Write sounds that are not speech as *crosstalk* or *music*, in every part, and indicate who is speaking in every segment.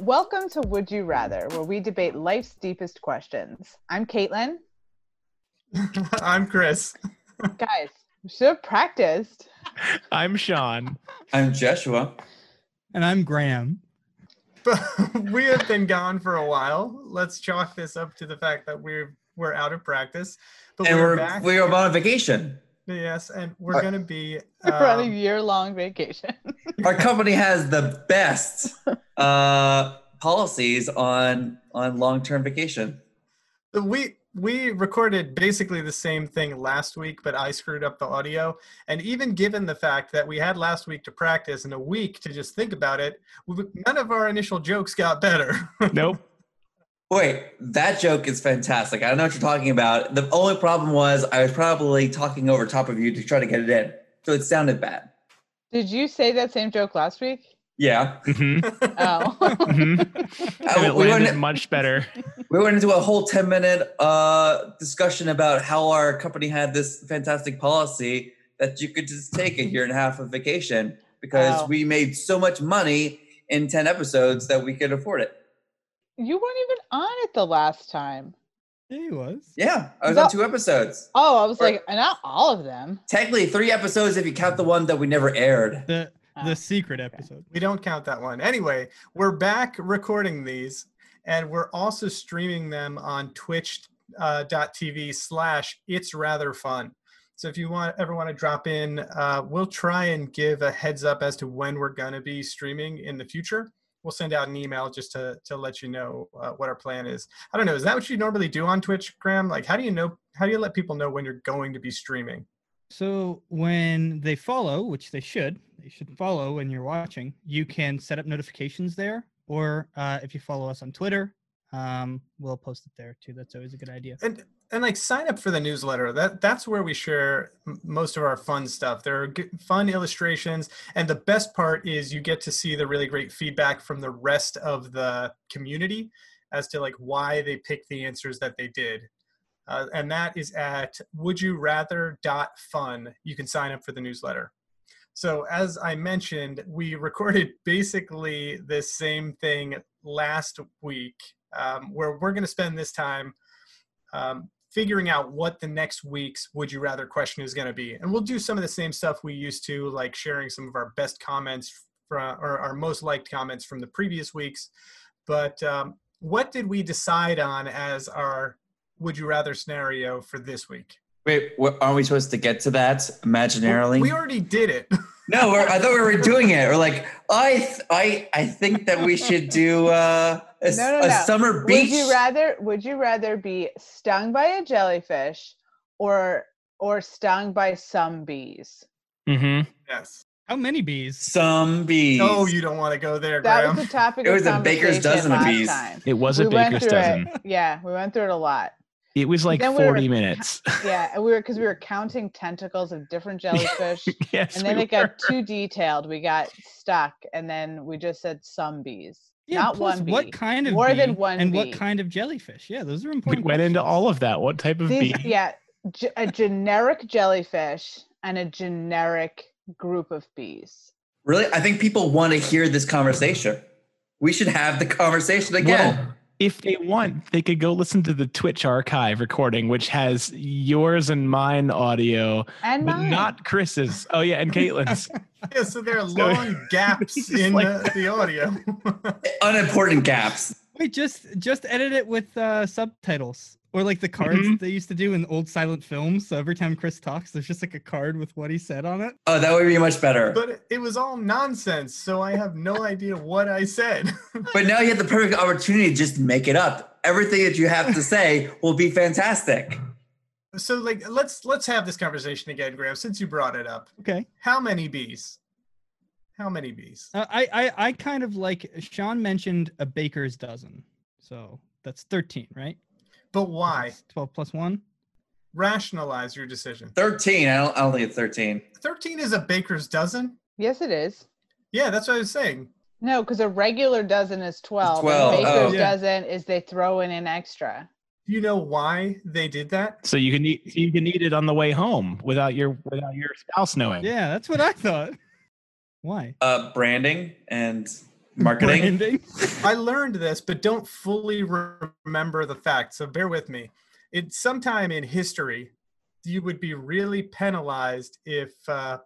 Speaker 1: Welcome to Would You Rather, where we debate life's deepest questions. I'm Caitlin.
Speaker 2: I'm Chris. *laughs*
Speaker 1: Guys, we should have practiced.
Speaker 3: I'm Sean.
Speaker 4: I'm Joshua.
Speaker 5: And I'm Graham.
Speaker 2: But we have been gone for a while. Let's chalk this up to the fact that we're we're out of practice, but
Speaker 4: and
Speaker 2: we're,
Speaker 4: we're
Speaker 2: back.
Speaker 4: we're about on vacation.
Speaker 2: yes, and we're
Speaker 4: Right.
Speaker 2: gonna be
Speaker 1: We're on a
Speaker 2: um,
Speaker 1: year long vacation. *laughs*
Speaker 4: Our company has the
Speaker 2: *laughs*
Speaker 4: best uh, policies on on long term vacation.
Speaker 2: we we recorded basically the same thing last week, but I screwed up the audio. And even given the fact that we had last week to practice and a week to just think about it, we, none of our initial jokes got better. *laughs*
Speaker 3: Nope.
Speaker 4: Wait, that joke is fantastic. I don't know what you're talking about. The only problem was I was probably talking over top of you to try to get it in, so it sounded bad.
Speaker 1: Did you say that same joke last week?
Speaker 4: *laughs* Yeah,
Speaker 3: hmm
Speaker 5: *laughs*
Speaker 1: Oh. *laughs*
Speaker 3: hmm And
Speaker 4: Uh,
Speaker 3: it
Speaker 4: we,
Speaker 3: landed
Speaker 4: went,
Speaker 3: much better.
Speaker 4: we went into a whole ten minute uh, discussion about how our company had this fantastic policy that you could just take a year and a half of vacation because
Speaker 1: Wow.
Speaker 4: we made so much money in ten episodes that we could afford it.
Speaker 1: you weren't even on it the last time.
Speaker 5: Yeah, he was.
Speaker 4: Yeah, I was
Speaker 1: No.
Speaker 4: on two episodes.
Speaker 1: Oh, I was
Speaker 4: Or-
Speaker 1: like, not all of them.
Speaker 4: Technically, three episodes if you count the one that we never aired.
Speaker 5: The
Speaker 1: Oh.
Speaker 5: the *laughs* secret episode.
Speaker 2: We don't count that one. Anyway, we're back recording these, and we're also streaming them on Twitch uh, TV slash It's Rather Fun. So if you want ever want to drop in, uh, we'll try and give a heads up as to when we're gonna be streaming in the future. We'll send out an email just to to let you know uh, what our plan is. I don't know. Is that what you normally do on Twitch, Graham? Like, how do you know? How do you let people know when you're going to be streaming?
Speaker 5: So when they follow, which they should, they should follow when you're watching. You can set up notifications there, or uh, if you follow us on Twitter, um, we'll post it there too. That's always a good idea.
Speaker 2: and and like sign up for the newsletter that that's where we share m- most of our fun stuff there are g- fun illustrations and the best part is you get to see the really great feedback from the rest of the community as to like why they picked the answers that they did uh, and that is at would you rather dot fun you can sign up for the newsletter so as i mentioned we *laughs* recorded basically this same thing last week um, where we're going to spend this time um, figuring out what the next week's would you rather question is going to be and we'll do some of the same stuff we used to like sharing some of our best comments from or our most liked comments from the previous weeks but um, what did we decide on as our would you rather scenario for this week
Speaker 4: Wait, wha- aren't we supposed to get to that imaginarily?
Speaker 2: we already did it *laughs*
Speaker 4: no, we're, I thought we were doing it. We're like, I, th- I, I think that we should do uh, a, s-
Speaker 1: No, no,
Speaker 4: a
Speaker 1: no.
Speaker 4: summer beach.
Speaker 1: Would you rather would you rather be stung by a jellyfish or or stung by some bees?
Speaker 3: hmm
Speaker 2: yes
Speaker 5: How many bees?
Speaker 4: Some bees.
Speaker 2: no you don't want to go there
Speaker 1: That
Speaker 2: graham
Speaker 1: was the topic
Speaker 4: It
Speaker 1: of
Speaker 4: was a baker's
Speaker 1: conversation
Speaker 4: dozen of
Speaker 1: last
Speaker 4: bees.
Speaker 1: time.
Speaker 3: It was a
Speaker 1: We went
Speaker 3: baker's
Speaker 1: through
Speaker 3: dozen.
Speaker 1: It. Yeah, we went through it a lot.
Speaker 3: It was like
Speaker 1: Then we were-
Speaker 3: 40 minutes. *laughs*
Speaker 1: Yeah, and we were because we were counting tentacles of different jellyfish,
Speaker 3: *laughs* yes.
Speaker 1: and then
Speaker 3: we
Speaker 1: it got
Speaker 3: were.
Speaker 1: too detailed. We got stuck, and then we just said some bees,
Speaker 5: Yeah,
Speaker 1: not
Speaker 5: plus
Speaker 1: one bee.
Speaker 5: What kind of
Speaker 1: more than
Speaker 5: bee
Speaker 1: one
Speaker 5: and
Speaker 1: bee.
Speaker 5: what kind of jellyfish? Yeah, those are
Speaker 3: We
Speaker 5: important.
Speaker 3: went into
Speaker 5: questions.
Speaker 3: all of that. What type of
Speaker 1: These,
Speaker 3: bee?
Speaker 1: yeah, ge- a generic jellyfish and a generic group of bees.
Speaker 4: Really? I think people want to hear this conversation. We should have the conversation again.
Speaker 3: Well, if they want, they could go listen to the Twitch archive recording, which has yours and mine audio,
Speaker 1: And
Speaker 3: but
Speaker 1: mine.
Speaker 3: not Chris's. Oh yeah,
Speaker 1: *laughs*
Speaker 3: and Caitlin's.
Speaker 2: *laughs* yeah, so there are
Speaker 3: So-
Speaker 2: long gaps
Speaker 3: He's
Speaker 2: in the,
Speaker 3: like-
Speaker 2: the audio
Speaker 4: Unimportant gaps.
Speaker 5: Wait, just just edit it with uh, subtitles or like the cards
Speaker 3: Mhm.
Speaker 5: they used to do in old silent films. So every time Chris talks, there's just like a card with what he said on it.
Speaker 4: Oh, that would be much better. But,
Speaker 2: but it- it was all nonsense so i have no idea what i said
Speaker 4: now you have the perfect opportunity to just make it up. Everything that you have to say will be fantastic.
Speaker 2: so like let's let's have this conversation again graham since you brought it up
Speaker 5: Okay.
Speaker 2: how many bees how many bees
Speaker 5: Uh, I, I I kind of like Sean mentioned a baker's dozen, so that's thirteen, right?
Speaker 2: but why
Speaker 5: That's Twelve plus one.
Speaker 2: rationalize your decision
Speaker 4: 13. I don't, I don't think it's 13.
Speaker 2: 13 is a baker's dozen
Speaker 1: Yes, it is.
Speaker 2: yeah that's what i was saying
Speaker 1: No, because a regular dozen is 12. and
Speaker 4: 12,
Speaker 1: baker's
Speaker 5: oh. Yeah.
Speaker 1: dozen is they throw in an extra.
Speaker 2: Do you know why they did that?
Speaker 3: So you can eat you can eat it on the way home without your without your spouse knowing.
Speaker 5: Yeah, that's what I thought. *laughs* Why?
Speaker 4: Uh, branding and marketing.
Speaker 5: Branding?
Speaker 2: I learned this, but don't fully re- remember the fact. So bear with me. It sometime in history, you would be really penalized if uh,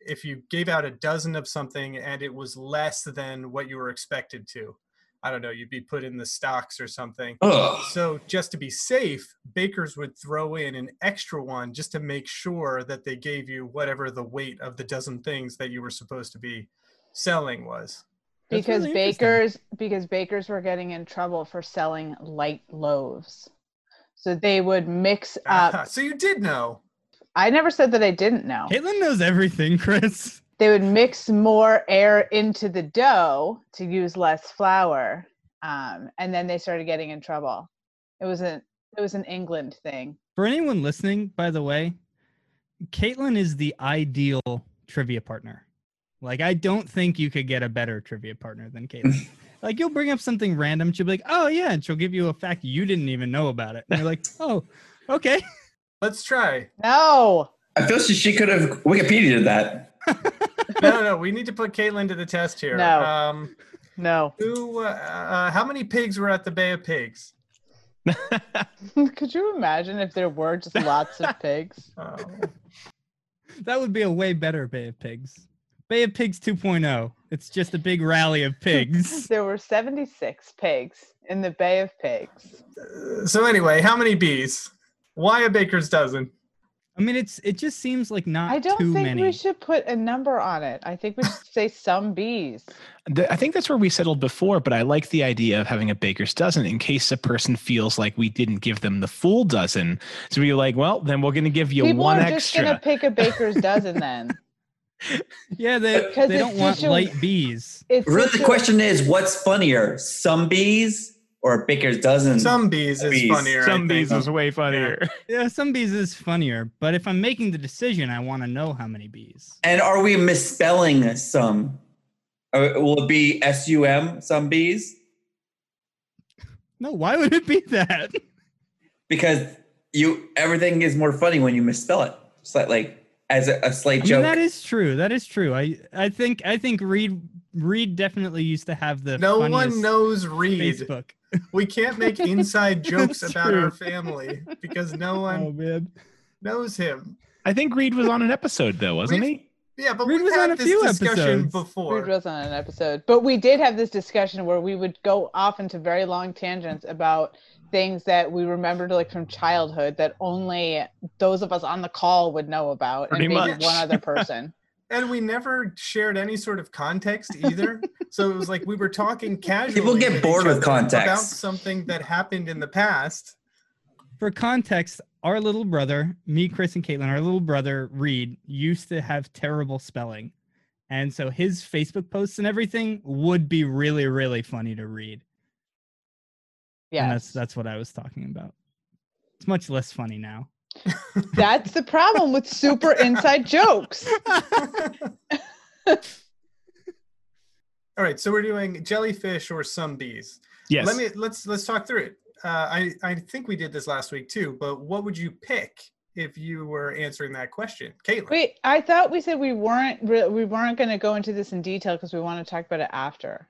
Speaker 2: if you gave out a dozen of something and it was less than what you were expected to. I don't know. You'd be put in the stocks or something.
Speaker 4: Ugh.
Speaker 2: So just to be safe, bakers would throw in an extra one just to make sure that they gave you whatever the weight of the dozen things that you were supposed to be selling was.
Speaker 5: That's
Speaker 1: because
Speaker 5: really interesting.
Speaker 1: bakers because bakers were getting in trouble for selling light loaves so they would mix
Speaker 5: Uh-huh.
Speaker 1: up
Speaker 2: *laughs* so you did know.
Speaker 1: i never said that i didn't know
Speaker 5: Caitlin knows everything, Chris.
Speaker 1: they would mix more air into the dough to use less flour um, and then they started getting in trouble it was an it was an england thing
Speaker 5: For anyone listening, by the way, Caitlin is the ideal trivia partner. Like, I don't think you could get a better trivia partner than *laughs* Caitlin. like, you'll bring up something random. She'll be like, oh, yeah. And she'll give you a fact you didn't even know about it. And you're *laughs* like, oh, okay.
Speaker 2: Let's try.
Speaker 1: no
Speaker 4: I feel she, she could have Wikipedia that.
Speaker 2: No, no, we need to put Caitlin to the test here.
Speaker 1: No.
Speaker 2: Um,
Speaker 1: no *laughs*
Speaker 2: who? Uh, uh, how many pigs were at the Bay of Pigs?
Speaker 1: could you imagine if there were just lots
Speaker 5: *laughs*
Speaker 1: of pigs
Speaker 2: Oh,
Speaker 5: That would be a way better Bay of Pigs. Bay of Pigs 2.0. It's just a big rally of
Speaker 1: *laughs*
Speaker 5: pigs.
Speaker 1: there were 76 pigs in the bay of pigs
Speaker 2: Uh, so anyway, how many bees? Why a baker's dozen?
Speaker 5: I mean, it's it just seems like not
Speaker 1: I don't
Speaker 5: too
Speaker 1: think
Speaker 5: many.
Speaker 1: we should put a number on it. I think we
Speaker 5: *laughs*
Speaker 1: should say some bees.
Speaker 3: Th- I think that's where we settled before, but I like the idea of having a baker's dozen in case a person feels like we didn't give them the full dozen. So we're like, well, then we're going to give you
Speaker 1: People
Speaker 3: one
Speaker 1: are just
Speaker 3: extra.
Speaker 1: gonna pick a
Speaker 5: *laughs*
Speaker 1: baker's dozen then.
Speaker 5: yeah, they,
Speaker 1: Because
Speaker 5: they
Speaker 1: it's
Speaker 5: don't want
Speaker 1: such a-
Speaker 5: light bees.
Speaker 1: It's
Speaker 4: Really,
Speaker 1: such
Speaker 4: the
Speaker 1: a-
Speaker 4: question is, what's funnier, some bees or baker's dozen?
Speaker 2: Some bees is
Speaker 4: Bees.
Speaker 2: funnier. I
Speaker 3: Some
Speaker 2: think.
Speaker 3: bees is way funnier. *laughs*
Speaker 5: Yeah, some bees is funnier, but if I'm making the decision, I want to know how many bees.
Speaker 4: And are we misspelling some? Uh, will it be S U M? Some bees
Speaker 5: No, why would it be
Speaker 2: *laughs*
Speaker 5: that?
Speaker 4: because you everything is more funny when you misspell it. It's like, like as a, a slight
Speaker 5: I mean,
Speaker 4: joke.
Speaker 5: that is true. That is true. I I think I think Reed Reed definitely used to have the
Speaker 2: No
Speaker 5: funniest
Speaker 2: one knows Reed.
Speaker 5: Facebook.
Speaker 2: We can't make
Speaker 5: *laughs*
Speaker 2: inside jokes
Speaker 5: That's
Speaker 2: about our
Speaker 5: true.
Speaker 2: family because no
Speaker 5: Oh
Speaker 2: one
Speaker 5: man.
Speaker 2: knows him.
Speaker 3: I think Reed was on an episode though, wasn't
Speaker 2: We've-
Speaker 3: he?
Speaker 2: Yeah, but
Speaker 5: Reed
Speaker 2: we've
Speaker 5: was on
Speaker 2: had
Speaker 5: a
Speaker 2: this
Speaker 5: few
Speaker 2: discussion
Speaker 5: episodes.
Speaker 1: Food
Speaker 2: before.
Speaker 1: was on an episode, but we did have this discussion where we would go off into very long tangents about things that we remembered like from childhood that only those of us on the call would know about,
Speaker 3: Pretty
Speaker 1: and maybe
Speaker 3: much.
Speaker 1: one other person.
Speaker 2: And we never shared any sort of context either. so it was like we were
Speaker 4: *laughs*
Speaker 2: talking casually.
Speaker 4: get
Speaker 2: with each
Speaker 4: bored with
Speaker 2: other
Speaker 4: context.
Speaker 2: About something that happened in the past.
Speaker 5: For context, our little brother, me, Chris, and Caitlin, our little brother Reed used to have terrible spelling, and so his Facebook posts and everything would be really really funny to read.
Speaker 1: Yeah,
Speaker 5: *laughs* And that's that's what I was talking about. It's much less funny now.
Speaker 1: that's the problem with super inside jokes.
Speaker 2: All right, so we're doing jellyfish or some bees.
Speaker 3: Yes.
Speaker 2: Let me let's let's talk through it. Uh, I I think we did this last week too. But what would you pick if you were answering that question, Caitlin?
Speaker 1: Wait, I thought we said we weren't re- we weren't going to go into this in detail because we want to talk about it after.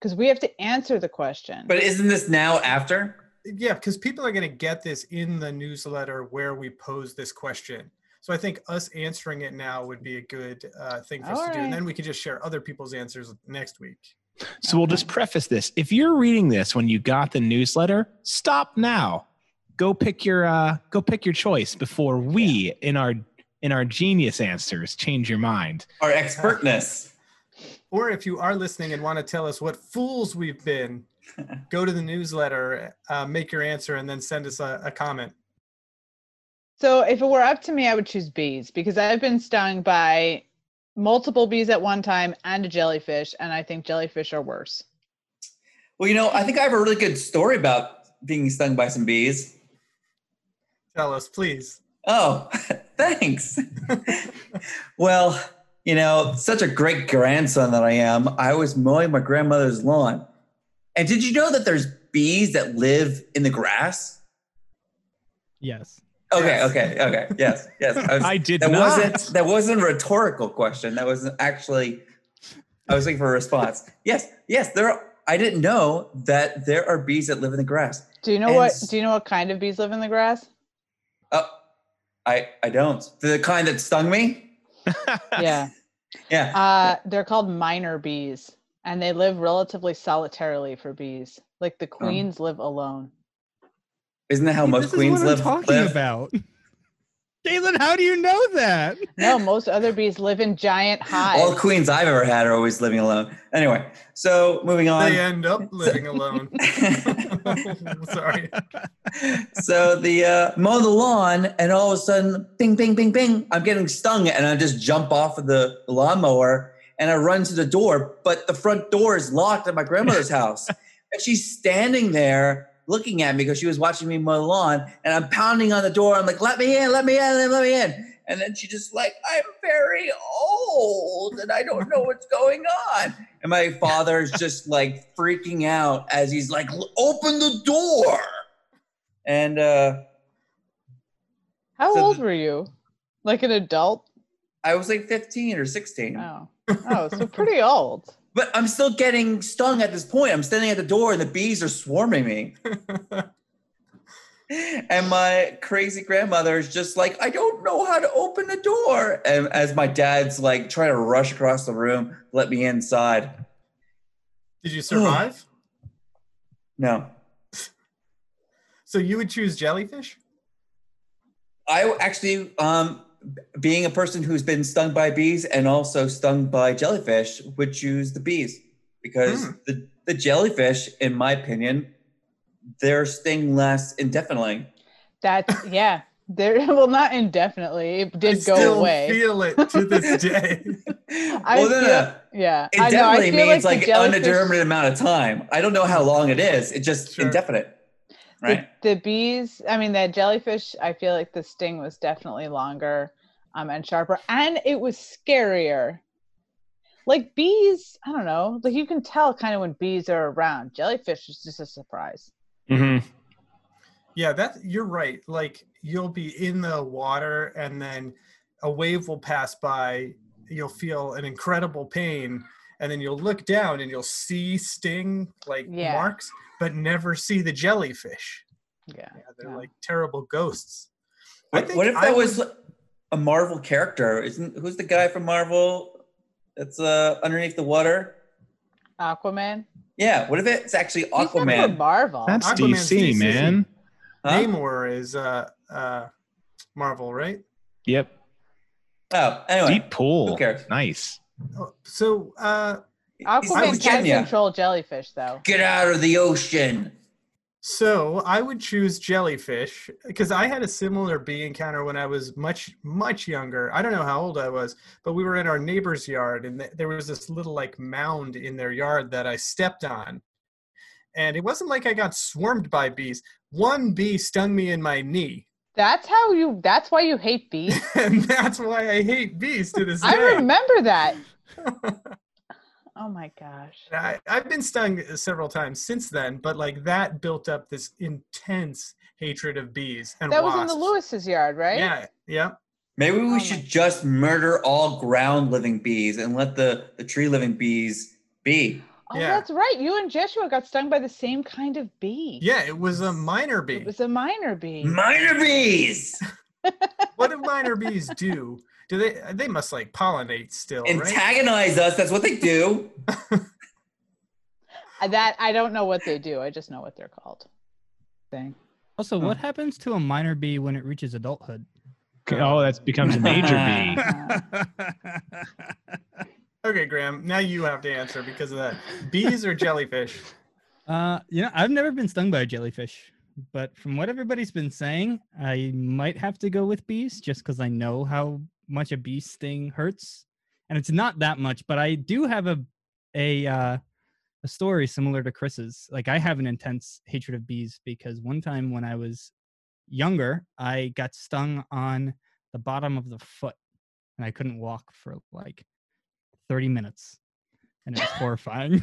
Speaker 1: Because we have to answer the question.
Speaker 4: but isn't this now after?
Speaker 2: Yeah, because people are going to get this in the newsletter where we pose this question. So I think us answering it now would be a good uh, thing for us
Speaker 1: All
Speaker 2: to do, and
Speaker 1: right.
Speaker 2: then we can just share other people's answers next week.
Speaker 3: so we'll just preface this. If you're reading this when you got the newsletter, stop now. Go pick your uh go pick your choice before we in our in our genius answers change your mind.
Speaker 4: Our expertness.
Speaker 2: Or if you are listening and want to tell us what fools we've
Speaker 1: *laughs*
Speaker 2: been, go to the newsletter, uh, make your answer, and then send us a, a comment.
Speaker 1: so if it were up to me, I would choose bees because I've been stung by multiple bees at one time and a jellyfish, and I think jellyfish are worse.
Speaker 4: Well, you know, I think I have a really good story about being stung by some bees.
Speaker 2: Tell us, please.
Speaker 4: Oh, *laughs* thanks. well, you know, such a great grandson that I am. I was mowing my grandmother's lawn. And did you know that there's bees that live in the grass?
Speaker 5: Yes.
Speaker 4: Okay,
Speaker 2: Yes.
Speaker 4: okay, okay. Yes, yes. I
Speaker 5: *laughs*
Speaker 4: was-
Speaker 3: I did
Speaker 4: that
Speaker 3: not.
Speaker 4: wasn't that wasn't a rhetorical question. That was actually I was looking for a response. Yes, yes. There. Are, I didn't know that there are bees that live in the grass.
Speaker 1: Do you know
Speaker 4: And
Speaker 1: what?
Speaker 4: s-
Speaker 1: Do you know what kind of bees live in the
Speaker 4: *laughs*
Speaker 1: grass?
Speaker 4: Oh, I I don't. The kind that stung me.
Speaker 1: Yeah,
Speaker 4: Yeah.
Speaker 1: uh, they're called minor bees, and they live relatively solitarily for bees. Like the
Speaker 4: Hmm.
Speaker 1: queens live alone.
Speaker 4: Isn't that how
Speaker 5: Hey,
Speaker 4: most
Speaker 5: this
Speaker 4: queens
Speaker 5: is what
Speaker 4: live?
Speaker 5: I'm talking
Speaker 4: live?
Speaker 5: about. *laughs* Jalen, how do you know that?
Speaker 1: No, most other bees live in giant
Speaker 4: All
Speaker 1: hives.
Speaker 4: queens I've ever had are always living alone. Anyway, so moving
Speaker 1: Uh,
Speaker 4: on.
Speaker 2: They
Speaker 1: *laughs*
Speaker 2: end up living alone. *laughs*
Speaker 4: *laughs*
Speaker 2: Sorry.
Speaker 4: so the uh, mow the lawn, and all of a sudden, bing, bing, bing, bing, I'm getting stung, and I just jump off of the lawnmower and I run to the door, but the front door is locked at my grandmother's house, and she's standing there looking at me because she was watching me mow the lawn, and I'm pounding on the door. I'm like, "Let me in! Let me in! Let me in!" And then she just like, "I'm very old, and I don't know what's going on." And my father's just like freaking out as he's like, "L- "Open the door!" And uh,
Speaker 1: How
Speaker 4: So
Speaker 1: old
Speaker 4: the-
Speaker 1: were you? Like an adult?
Speaker 4: I was like 15 or 16,
Speaker 1: Oh, oh, so
Speaker 4: *laughs*
Speaker 1: pretty old.
Speaker 4: but I'm still getting stung at this point. I'm standing at the door, and the bees are swarming me. And my crazy grandmother is just like, I don't know how to open the door. And as my dad's like trying to rush across the room, let me inside.
Speaker 2: Did you
Speaker 1: *sighs*
Speaker 2: survive?
Speaker 4: No,
Speaker 2: so you would choose jellyfish?
Speaker 4: I actually, um, being a person who's been stung by bees and also stung by jellyfish, would choose the bees because
Speaker 2: Hmm.
Speaker 4: the, the jellyfish, in my opinion, their sting lasts indefinitely.
Speaker 1: That's yeah. There, *laughs* well, not indefinitely. It
Speaker 2: I
Speaker 1: did go
Speaker 2: still
Speaker 1: away.
Speaker 2: feel it to
Speaker 1: *laughs*
Speaker 2: this day.
Speaker 1: I
Speaker 4: well, no, no,
Speaker 1: feel-
Speaker 4: no.
Speaker 1: yeah,
Speaker 4: It definitely means
Speaker 1: the
Speaker 4: like,
Speaker 1: jellyfish-
Speaker 4: undetermined amount of time. I don't know how long it is. It's just
Speaker 2: Hmm. Sure.
Speaker 4: indefinite,
Speaker 1: the-
Speaker 4: right?
Speaker 1: The, bees, I mean, that jellyfish, I feel like the sting was definitely longer um, and sharper, and it was scarier. Like bees, I don't know, like you can tell kind of when bees are around. Jellyfish is just a surprise.
Speaker 3: Mhm.
Speaker 2: Yeah, that you're right. Like you'll be in the water and then a wave will pass by, you'll feel an incredible pain, and then you'll look down and you'll see sting like
Speaker 1: Yeah.
Speaker 2: marks, but never see the jellyfish.
Speaker 1: Yeah.
Speaker 2: Yeah, they're
Speaker 1: Yeah.
Speaker 2: like terrible ghosts. I
Speaker 4: What,
Speaker 2: think
Speaker 4: what if
Speaker 2: I
Speaker 4: that was
Speaker 2: would-
Speaker 4: a Marvel character? Isn't who's the guy from Marvel that's uh, underneath the water?
Speaker 1: Aquaman.
Speaker 4: Yeah. What if it's actually
Speaker 1: He's not from
Speaker 4: Aquaman?
Speaker 1: Marvel.
Speaker 3: That's
Speaker 2: Aquaman's
Speaker 3: DC,
Speaker 2: DC.
Speaker 3: man.
Speaker 4: Huh?
Speaker 2: Namor is uh uh Marvel, right?
Speaker 3: Yep.
Speaker 4: Oh, anyway.
Speaker 3: Deep pool.
Speaker 4: who cares?
Speaker 3: Nice.
Speaker 2: Oh, So uh
Speaker 4: He's from
Speaker 1: Aquaman can
Speaker 4: Virginia.
Speaker 1: control jellyfish, though.
Speaker 4: Get out of the ocean.
Speaker 2: So I would choose jellyfish because I had a similar bee encounter when I was much, much younger. I don't know how old I was, but we were in our neighbor's yard and th- there was this little like mound in their yard that I stepped on. And it wasn't like I got swarmed by bees. One bee stung me in my knee. *laughs*
Speaker 1: That's how you. That's why you hate bees.
Speaker 2: And that's why I hate bees to
Speaker 1: *laughs*
Speaker 2: this
Speaker 1: I
Speaker 2: day.
Speaker 1: remember that.
Speaker 2: *laughs*
Speaker 1: oh my gosh.
Speaker 2: I, I've been stung uh, several times since then, but like that built up this intense hatred of bees and
Speaker 1: That was
Speaker 2: wasps.
Speaker 1: in the Lewis's yard, right?
Speaker 2: Yeah, yeah.
Speaker 4: Maybe we
Speaker 1: Oh my-
Speaker 4: should just murder all ground living bees and let the, the tree living bees be.
Speaker 1: Oh,
Speaker 2: Yeah.
Speaker 1: that's right. You and Jeshua got stung by the same kind of bee.
Speaker 2: Yeah, it was a minor bee.
Speaker 1: It was a minor bee.
Speaker 4: Minor bees
Speaker 2: what do minor bees do? Do they? They must like pollinate still, right?
Speaker 4: antagonize us. That's what
Speaker 1: *laughs*
Speaker 4: they do.
Speaker 1: Uh, that I don't know what they do. I just know what they're called.
Speaker 2: *laughs*
Speaker 1: Thing.
Speaker 5: Also, what happens to a minor bee when it reaches adulthood?
Speaker 3: Oh, that becomes a major
Speaker 4: *laughs*
Speaker 3: bee.
Speaker 1: Uh,
Speaker 2: Okay, Graham. Now you have to answer because of that. Bees or jellyfish?
Speaker 5: Uh, you know, I've never been stung by a jellyfish, but from what everybody's been saying, I might have to go with bees just because I know how much a bee sting hurts, and it's not that much. But I do have a a uh, a story similar to Chris's. Like I have an intense hatred of bees because one time when I was younger, I got stung on the bottom of the foot, and I couldn't walk for like thirty minutes, and it was horrifying.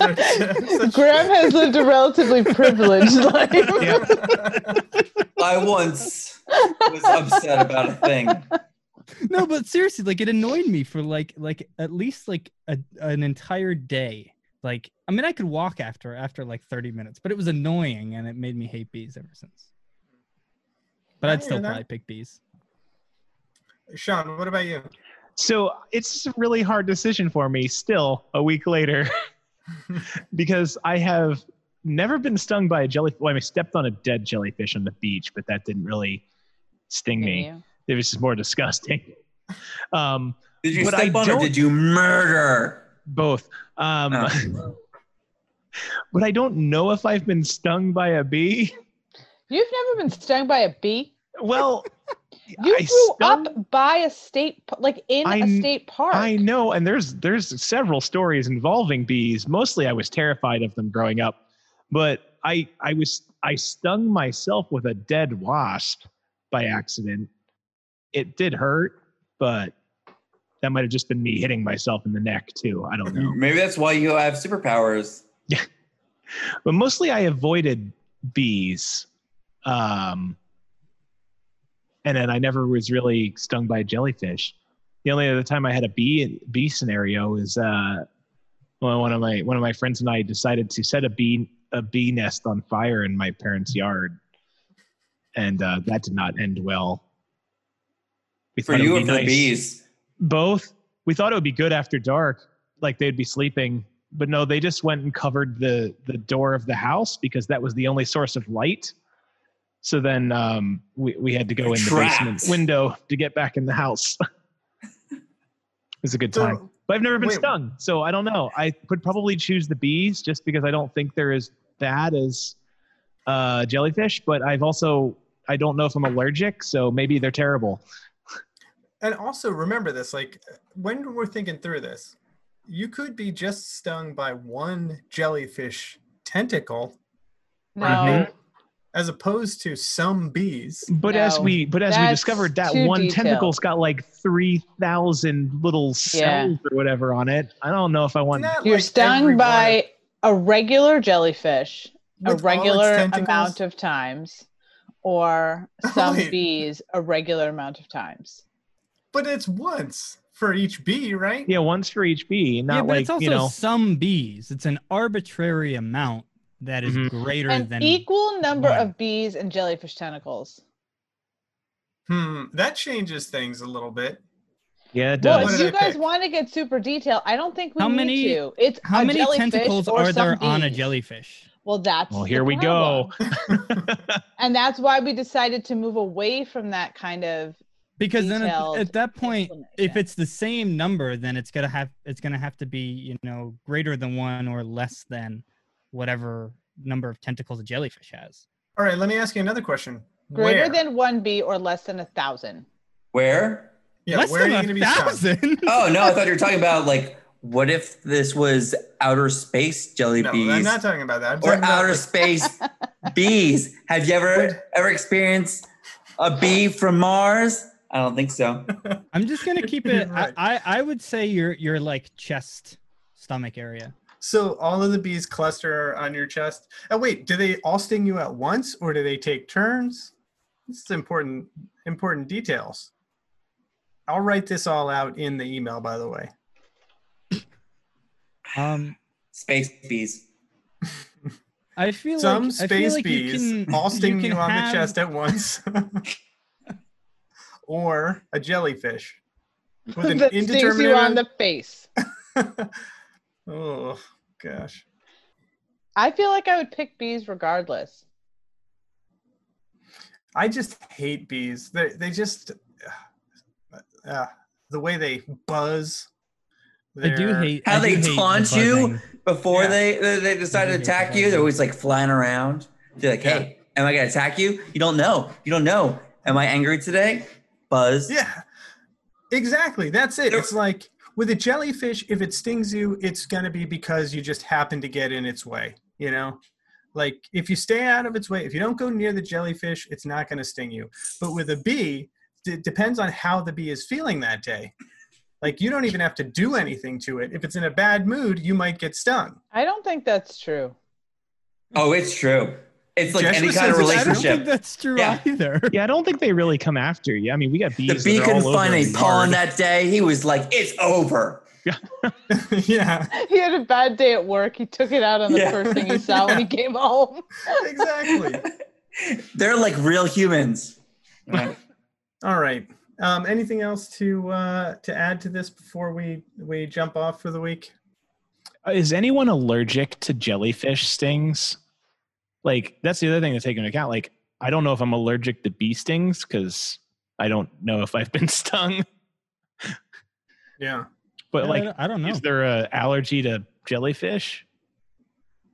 Speaker 1: *laughs*
Speaker 2: are just
Speaker 1: Uh, Graham has lived a relatively
Speaker 2: *laughs*
Speaker 1: privileged life.
Speaker 4: *laughs*
Speaker 3: Yeah.
Speaker 4: I once was upset about a thing.
Speaker 5: no, but seriously, like it annoyed me for like like at least like a, an entire day. Like I mean, I could walk after after like thirty minutes, but it was annoying and it made me hate bees ever since. But
Speaker 2: I
Speaker 5: I'd still
Speaker 2: hear that.
Speaker 5: probably pick bees.
Speaker 2: *laughs* Sean, what about you?
Speaker 3: So it's a really hard decision for me still a week later *laughs* because I have never been stung by a jellyfish. Well, I mean, stepped on a dead jellyfish on the beach, but that didn't really sting me. It was just more *laughs* disgusting. Um,
Speaker 4: Did you
Speaker 3: But
Speaker 4: step
Speaker 3: I
Speaker 4: on
Speaker 3: don't-
Speaker 4: or did you murder?
Speaker 3: both. Um,
Speaker 4: Oh.
Speaker 3: *laughs* But I don't know if I've been stung by a bee. *laughs*
Speaker 1: You've never been stung by a bee.
Speaker 3: Well,
Speaker 1: You
Speaker 3: I
Speaker 1: grew
Speaker 3: stung-
Speaker 1: up by a state, p- like in a
Speaker 3: I'm-
Speaker 1: state park.
Speaker 3: I know, and there's there's several stories involving bees. Mostly, I was terrified of them growing up, but I I was I stung myself with a dead wasp by accident. It did hurt, but that might have just been me hitting myself in the neck too. I don't know.
Speaker 4: Maybe that's why you have superpowers.
Speaker 3: but mostly, I avoided bees, um, and then I never was really stung by jellyfish. The only other time I had a bee bee scenario is uh, Well, one of my one of my friends and I decided to set a bee a bee nest on fire in my parents' yard, and uh, that did not end well. We
Speaker 4: For
Speaker 3: thought it
Speaker 4: you
Speaker 3: would
Speaker 4: or
Speaker 3: be
Speaker 4: for the
Speaker 3: nice.
Speaker 4: bees?
Speaker 3: Both. We thought it would be good after dark, like they'd be sleeping, but no, they just went and covered the the door of the house because that was the only source of light. So then um, we we had to go in the basement
Speaker 4: Trapped.
Speaker 3: window to get back in the house. *laughs* it was a good time.
Speaker 2: So,
Speaker 3: But I've never been
Speaker 2: Wait.
Speaker 3: stung, so I don't know. I would probably choose the bees just because I don't think they're as bad as uh, jellyfish. But I've also I don't know if I'm allergic, so maybe they're terrible.
Speaker 2: and also remember this: like when we're thinking through this, you could be just stung by one jellyfish tentacle,
Speaker 1: no,
Speaker 3: Mhm.
Speaker 2: as opposed to some bees.
Speaker 3: But as
Speaker 1: No.
Speaker 3: we but as we
Speaker 1: That's
Speaker 3: discovered, that
Speaker 1: too
Speaker 3: one
Speaker 1: detailed.
Speaker 3: tentacle's got like three thousand little
Speaker 1: Yeah.
Speaker 3: cells or whatever on it. I don't know if I want.
Speaker 2: Not
Speaker 1: you're
Speaker 2: like
Speaker 1: stung
Speaker 2: everyone
Speaker 1: by a regular jellyfish
Speaker 2: with
Speaker 1: a
Speaker 2: all its
Speaker 1: regular
Speaker 2: tentacles.
Speaker 1: amount of times, or some
Speaker 2: Wait.
Speaker 1: bees a regular amount of times.
Speaker 2: but it's once for each bee, right?
Speaker 3: Yeah, once for each bee, not
Speaker 5: yeah, but
Speaker 3: like
Speaker 5: it's also
Speaker 3: you know.
Speaker 5: some bees. It's an arbitrary amount that is
Speaker 3: Mhm.
Speaker 5: greater
Speaker 1: An
Speaker 5: than
Speaker 1: equal number
Speaker 5: one.
Speaker 1: of bees and jellyfish tentacles.
Speaker 2: Hmm, that changes things a little bit.
Speaker 3: Yeah, it
Speaker 1: Well,
Speaker 3: does.
Speaker 2: What
Speaker 1: if
Speaker 2: did
Speaker 1: you
Speaker 2: I
Speaker 1: guys
Speaker 2: pick?
Speaker 1: want to get super detailed, I don't think we
Speaker 5: How
Speaker 1: need
Speaker 5: many-
Speaker 1: to. It's
Speaker 5: how
Speaker 1: a
Speaker 5: many
Speaker 1: jellyfish
Speaker 5: tentacles
Speaker 1: or
Speaker 5: are there
Speaker 1: some
Speaker 5: on a
Speaker 1: bees.
Speaker 5: jellyfish?
Speaker 1: Well, that's
Speaker 3: Well,
Speaker 1: the
Speaker 3: here we go.
Speaker 1: problem.
Speaker 3: *laughs*
Speaker 1: and that's why we decided to move away from that kind of.
Speaker 5: Because then at,
Speaker 1: Detailed
Speaker 5: at that point, if
Speaker 1: explanation.
Speaker 5: it's the same number, then it's gonna have it's gonna have to be you know greater than one or less than whatever number of tentacles a jellyfish has.
Speaker 2: All right, let me ask you another question.
Speaker 1: Greater
Speaker 2: Where?
Speaker 1: than one bee or less than a thousand.
Speaker 4: Where?
Speaker 2: yeah,
Speaker 5: less
Speaker 2: where are
Speaker 5: than
Speaker 2: you
Speaker 5: a
Speaker 2: going to be stung?
Speaker 5: thousand.
Speaker 2: *laughs*
Speaker 5: *laughs*
Speaker 4: Oh no, I thought you were talking about like what if this was outer space jelly
Speaker 2: No,
Speaker 4: bees
Speaker 2: I'm not talking about that. I'm
Speaker 4: or
Speaker 2: talking about,
Speaker 4: outer
Speaker 2: like, *laughs*
Speaker 4: space bees? Have you ever ever experienced a bee from Mars? I don't
Speaker 2: *laughs*
Speaker 4: think so.
Speaker 5: I'm just gonna keep it.
Speaker 2: Right.
Speaker 5: I, I I would say your your like chest, stomach area.
Speaker 2: So all of the bees cluster on your chest. Oh wait, do they all sting you at once or do they take turns? This is important important details. I'll write this all out in the email by the way.
Speaker 5: Um,
Speaker 4: Space bees.
Speaker 5: I feel
Speaker 2: Some
Speaker 5: like I feel
Speaker 2: space
Speaker 5: like you
Speaker 2: bees
Speaker 5: can,
Speaker 2: all sting you,
Speaker 5: can
Speaker 2: on
Speaker 5: have-
Speaker 2: the chest at once. *laughs* or a jellyfish
Speaker 1: *laughs*
Speaker 2: with an
Speaker 1: that stings
Speaker 2: indeterminate
Speaker 1: you on the face.
Speaker 2: *laughs* Oh gosh.
Speaker 1: I feel like I would pick bees regardless.
Speaker 2: I just hate bees. They they just uh, the way they buzz.
Speaker 5: I do
Speaker 2: They're-
Speaker 5: hate
Speaker 4: How
Speaker 5: *laughs* I
Speaker 4: they
Speaker 5: do hate
Speaker 4: taunt you?
Speaker 5: buzzing.
Speaker 4: Before
Speaker 2: Yeah.
Speaker 4: they, they they decide to
Speaker 5: Yeah,
Speaker 4: attack
Speaker 5: yeah.
Speaker 4: you, they're always like flying around. They're like, hey, am I gonna attack you? You don't know. You don't know. Am I angry today? Buzz.
Speaker 2: Yeah, exactly. That's it.
Speaker 4: They're-
Speaker 2: It's like with a jellyfish, if it stings you, it's going to be because you just happen to get in its way, you know? Like if you stay out of its way, if you don't go near the jellyfish, it's not going to sting you. But with a bee, it depends on how the bee is feeling that day. Like you don't even have to do anything to it. If it's in a bad mood, you might get stung. *laughs*
Speaker 1: I don't think that's true. *laughs*
Speaker 4: Oh, it's true. It's like
Speaker 2: Jess
Speaker 4: any
Speaker 2: was
Speaker 4: kind of
Speaker 2: saying- I
Speaker 5: I don't think
Speaker 4: relationship.
Speaker 5: that's true
Speaker 4: Yeah.
Speaker 5: either.
Speaker 3: Yeah, I don't think they really come after you. I mean, we got
Speaker 4: The
Speaker 3: bees.
Speaker 4: bee
Speaker 3: that are
Speaker 4: couldn't
Speaker 3: all over
Speaker 4: find
Speaker 3: the
Speaker 4: a
Speaker 3: yard.
Speaker 4: pollen that day. He was like, "It's over."
Speaker 2: yeah,
Speaker 1: He had a bad day at work. He took it out on the
Speaker 4: Yeah.
Speaker 1: first thing he saw when he came home.
Speaker 2: exactly.
Speaker 4: *laughs* They're like real humans. Right.
Speaker 2: All right. Um, anything else to uh, to add to this before we we jump off for the week?
Speaker 3: Uh, Is anyone allergic to jellyfish stings? Like that's the other thing to take into account. Like I don't know if I'm allergic to bee stings because I don't know if I've been *laughs* stung.
Speaker 2: Yeah.
Speaker 3: But
Speaker 5: I
Speaker 3: like,
Speaker 5: don't- *laughs* I don't know.
Speaker 3: is there a allergy to jellyfish?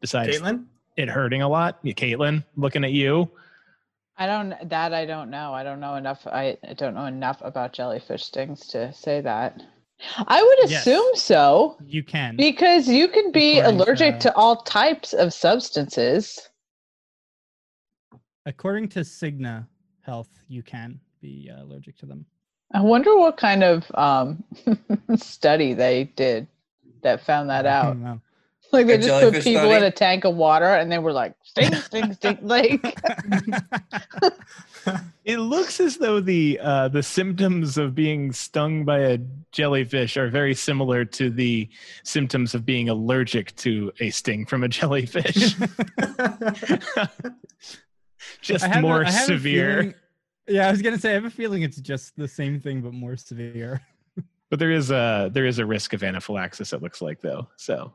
Speaker 3: Besides
Speaker 2: Caitlin?
Speaker 3: it hurting a lot, yeah, Caitlin, looking at you.
Speaker 1: I don't that I don't know. I don't know enough. I, I don't know enough about jellyfish stings to say that. I would
Speaker 5: Yes.
Speaker 1: assume so
Speaker 5: You can.
Speaker 1: because you can be
Speaker 5: According to-
Speaker 1: allergic to all types of substances.
Speaker 5: According to Cigna Health, you can be uh, allergic to them.
Speaker 1: I wonder what kind of um, *laughs* study they did that found that
Speaker 5: I
Speaker 1: out. *laughs*
Speaker 5: don't know.
Speaker 1: Like they
Speaker 4: A
Speaker 1: just put
Speaker 4: jellyfish
Speaker 1: people in
Speaker 4: study?
Speaker 1: a tank of water and they were like sting, sting, sting. Like *laughs*
Speaker 3: It looks as though the uh, the symptoms of being stung by a jellyfish are very similar to the symptoms of being allergic to a sting from
Speaker 5: *laughs*
Speaker 3: a *laughs* jellyfish, just
Speaker 5: I have a-
Speaker 3: more
Speaker 5: I have a
Speaker 3: severe.
Speaker 5: feeling- yeah, I was gonna say I have a feeling it's just the same thing but more severe.
Speaker 3: But there is a there is a risk of anaphylaxis. It looks like though. So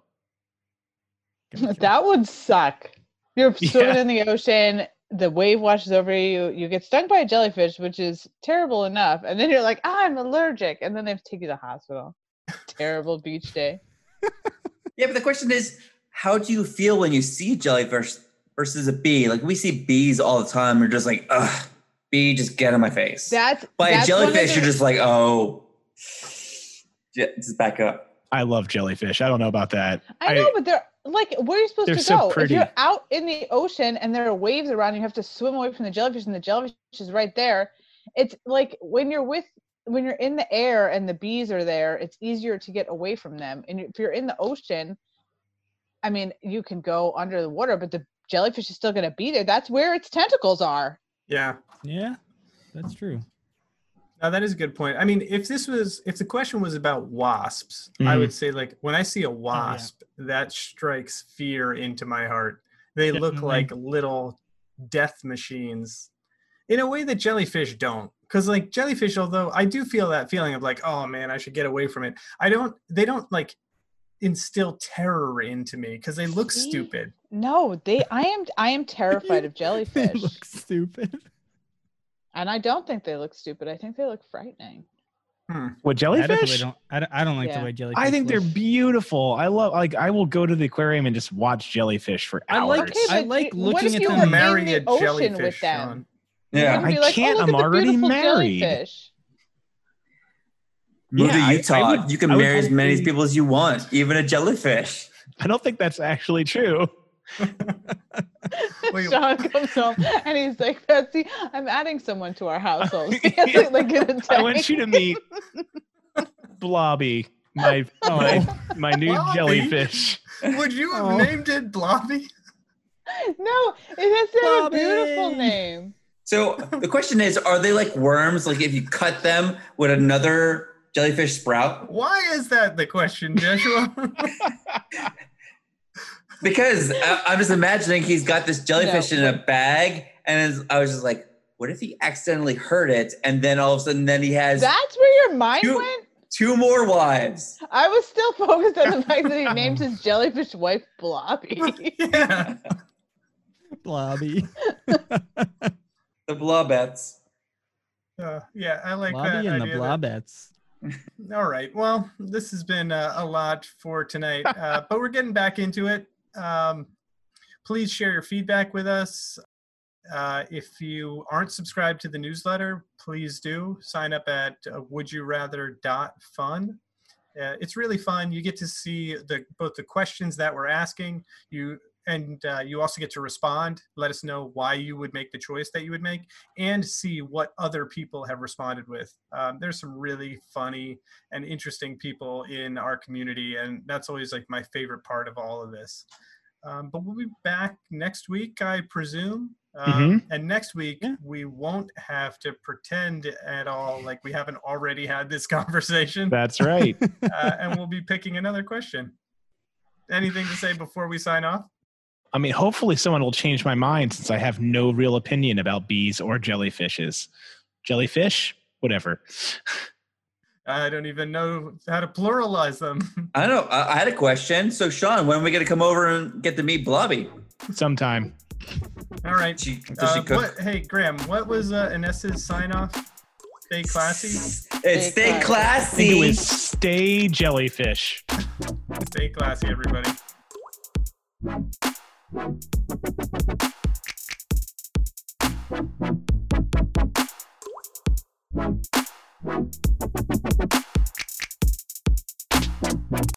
Speaker 5: Gotcha.
Speaker 1: that would suck. You're
Speaker 3: Yeah.
Speaker 1: swimming in the ocean, the wave washes over you, you get stung by a jellyfish, which is terrible enough, and then you're like, "Ah, I'm allergic, and then they have to take you to the hospital. terrible beach day.
Speaker 4: Yeah, but the question is, how do you feel when you see jellyfish versus a bee? Like we see bees all the time. We're just like, ugh, bee, just get in my face.
Speaker 1: That's
Speaker 4: By a
Speaker 1: that's one of
Speaker 4: jellyfish,
Speaker 1: the-
Speaker 4: you're just like, oh, yeah, just back up.
Speaker 3: I love jellyfish. I don't know about that.
Speaker 1: I know, but they're like, where are you supposed
Speaker 3: They're
Speaker 1: to
Speaker 3: so
Speaker 1: go? If
Speaker 3: pretty.
Speaker 1: you're out in the ocean and there are waves around, you have to swim away from the jellyfish, and the jellyfish is right there. It's like when you're with, when you're in the air and the bees are there, it's easier to get away from them. And if you're in the ocean, I mean, you can go under the water, but the jellyfish is still going to be there. That's where its tentacles are.
Speaker 2: yeah.
Speaker 5: yeah, that's true.
Speaker 2: Now that is a good point. I mean, if this was if the question was about wasps, I
Speaker 3: Mhm.
Speaker 2: would say like when I see
Speaker 1: Oh,
Speaker 2: a wasp, that strikes fear into my heart. They look
Speaker 5: Definitely.
Speaker 2: like little death machines in a way that jellyfish don't. Cuz like jellyfish although I do feel that feeling of like, oh man, I should get away from it. I don't they don't like instill terror into me cuz they look
Speaker 1: See?
Speaker 2: stupid.
Speaker 1: No, they. I am. I
Speaker 3: *laughs*
Speaker 1: am terrified of
Speaker 5: *laughs* They
Speaker 1: jellyfish,
Speaker 5: look stupid.
Speaker 1: and I don't think they look stupid. I think they look frightening.
Speaker 3: What
Speaker 5: I definitely
Speaker 3: jellyfish?
Speaker 5: don't. I don't, I don't like
Speaker 1: Yeah.
Speaker 5: the way jellyfish.
Speaker 3: I think they're
Speaker 5: look.
Speaker 3: beautiful. I love like I will go to the aquarium and just watch jellyfish for
Speaker 5: I
Speaker 3: hours.
Speaker 5: like-
Speaker 1: Okay,
Speaker 5: I
Speaker 1: but
Speaker 5: like
Speaker 1: you- what
Speaker 5: looking
Speaker 1: if
Speaker 5: at
Speaker 1: you
Speaker 5: them
Speaker 1: were in
Speaker 2: Marry
Speaker 1: the
Speaker 2: a
Speaker 1: ocean
Speaker 2: jellyfish,
Speaker 1: with them?
Speaker 2: Sean.
Speaker 1: You're
Speaker 4: Yeah,
Speaker 1: gonna
Speaker 3: I
Speaker 1: be like,
Speaker 3: can't,
Speaker 1: Oh, look
Speaker 3: I'm
Speaker 1: at the
Speaker 3: already
Speaker 1: beautiful
Speaker 3: married."
Speaker 1: jellyfish.
Speaker 4: move
Speaker 3: Yeah, I-
Speaker 4: to
Speaker 3: I
Speaker 4: Utah.
Speaker 3: would-
Speaker 4: you can
Speaker 3: I would
Speaker 4: marry as many
Speaker 3: probably-
Speaker 4: people as you want, even a jellyfish.
Speaker 3: I don't think that's actually true.
Speaker 2: *laughs* Wait,
Speaker 1: Sean comes home and he's like, "Betsy, I'm adding someone to our household." *laughs* He has it, like, in a
Speaker 3: *laughs* I want
Speaker 1: tank.
Speaker 3: you to meet Blobby, my
Speaker 5: Oh.
Speaker 3: my, my new
Speaker 2: Blobby?
Speaker 3: jellyfish.
Speaker 2: Would you have
Speaker 5: Oh.
Speaker 2: named it Blobby?
Speaker 1: No, it has to have a beautiful
Speaker 5: Bobby.
Speaker 1: name.
Speaker 4: So the question is, are they like worms? Like if you cut them, would another jellyfish sprout?
Speaker 2: Why is that the
Speaker 5: *laughs*
Speaker 2: question, Joshua? *laughs*
Speaker 4: Because I, I'm just imagining he's got this jellyfish
Speaker 1: No.
Speaker 4: in a bag, and it's- I was just like, what if he accidentally hurt it, and then all of a sudden, then he has
Speaker 1: That's where your mind
Speaker 4: You-
Speaker 1: went.
Speaker 4: two more wives.
Speaker 1: I was still *laughs* focused on the fact that he named his jellyfish wife Blobby. *laughs*
Speaker 2: yeah.
Speaker 5: blobby.
Speaker 4: The blobettes.
Speaker 2: Uh, yeah, I like
Speaker 5: blobby
Speaker 2: that
Speaker 5: and the
Speaker 2: idea that-
Speaker 5: blobettes.
Speaker 2: All right. Well, this has been uh, a lot for tonight, uh,
Speaker 5: *laughs*
Speaker 2: but we're getting back into it. Um, please share your feedback with us. Uh, if you aren't subscribed to the newsletter, please do sign up at uh, wouldyourather.fun. Uh, it's really fun. You get to see the both the questions that we're asking. You and uh, you also get to respond let us know why you would make the choice that you would make and see what other people have responded with um, there's some really funny and interesting people in our community and that's always like my favorite part of all of this um, but we'll be back next week i presume um, and next week
Speaker 3: Yeah.
Speaker 2: we won't have to pretend at all like we haven't already had this *laughs* conversation
Speaker 3: That's right.
Speaker 2: uh, and we'll be picking another question. Anything to say before we sign off?
Speaker 3: I mean, hopefully someone will change my mind since I have no real opinion about bees or jellyfishes. Jellyfish, whatever.
Speaker 2: I don't even know how to pluralize them. *laughs*
Speaker 4: I don't know. I, I had a question. So, Sean, when are we going to come over and get to meet Blobby?
Speaker 3: Sometime.
Speaker 2: All right.
Speaker 4: She, does
Speaker 2: Uh,
Speaker 4: she cook?
Speaker 2: what, hey, Graham, what was uh, Inessa's sign off? Stay classy.
Speaker 4: It's stay
Speaker 1: Stay
Speaker 3: I think
Speaker 4: classy.
Speaker 3: it was stay jellyfish.
Speaker 2: Stay classy, everybody.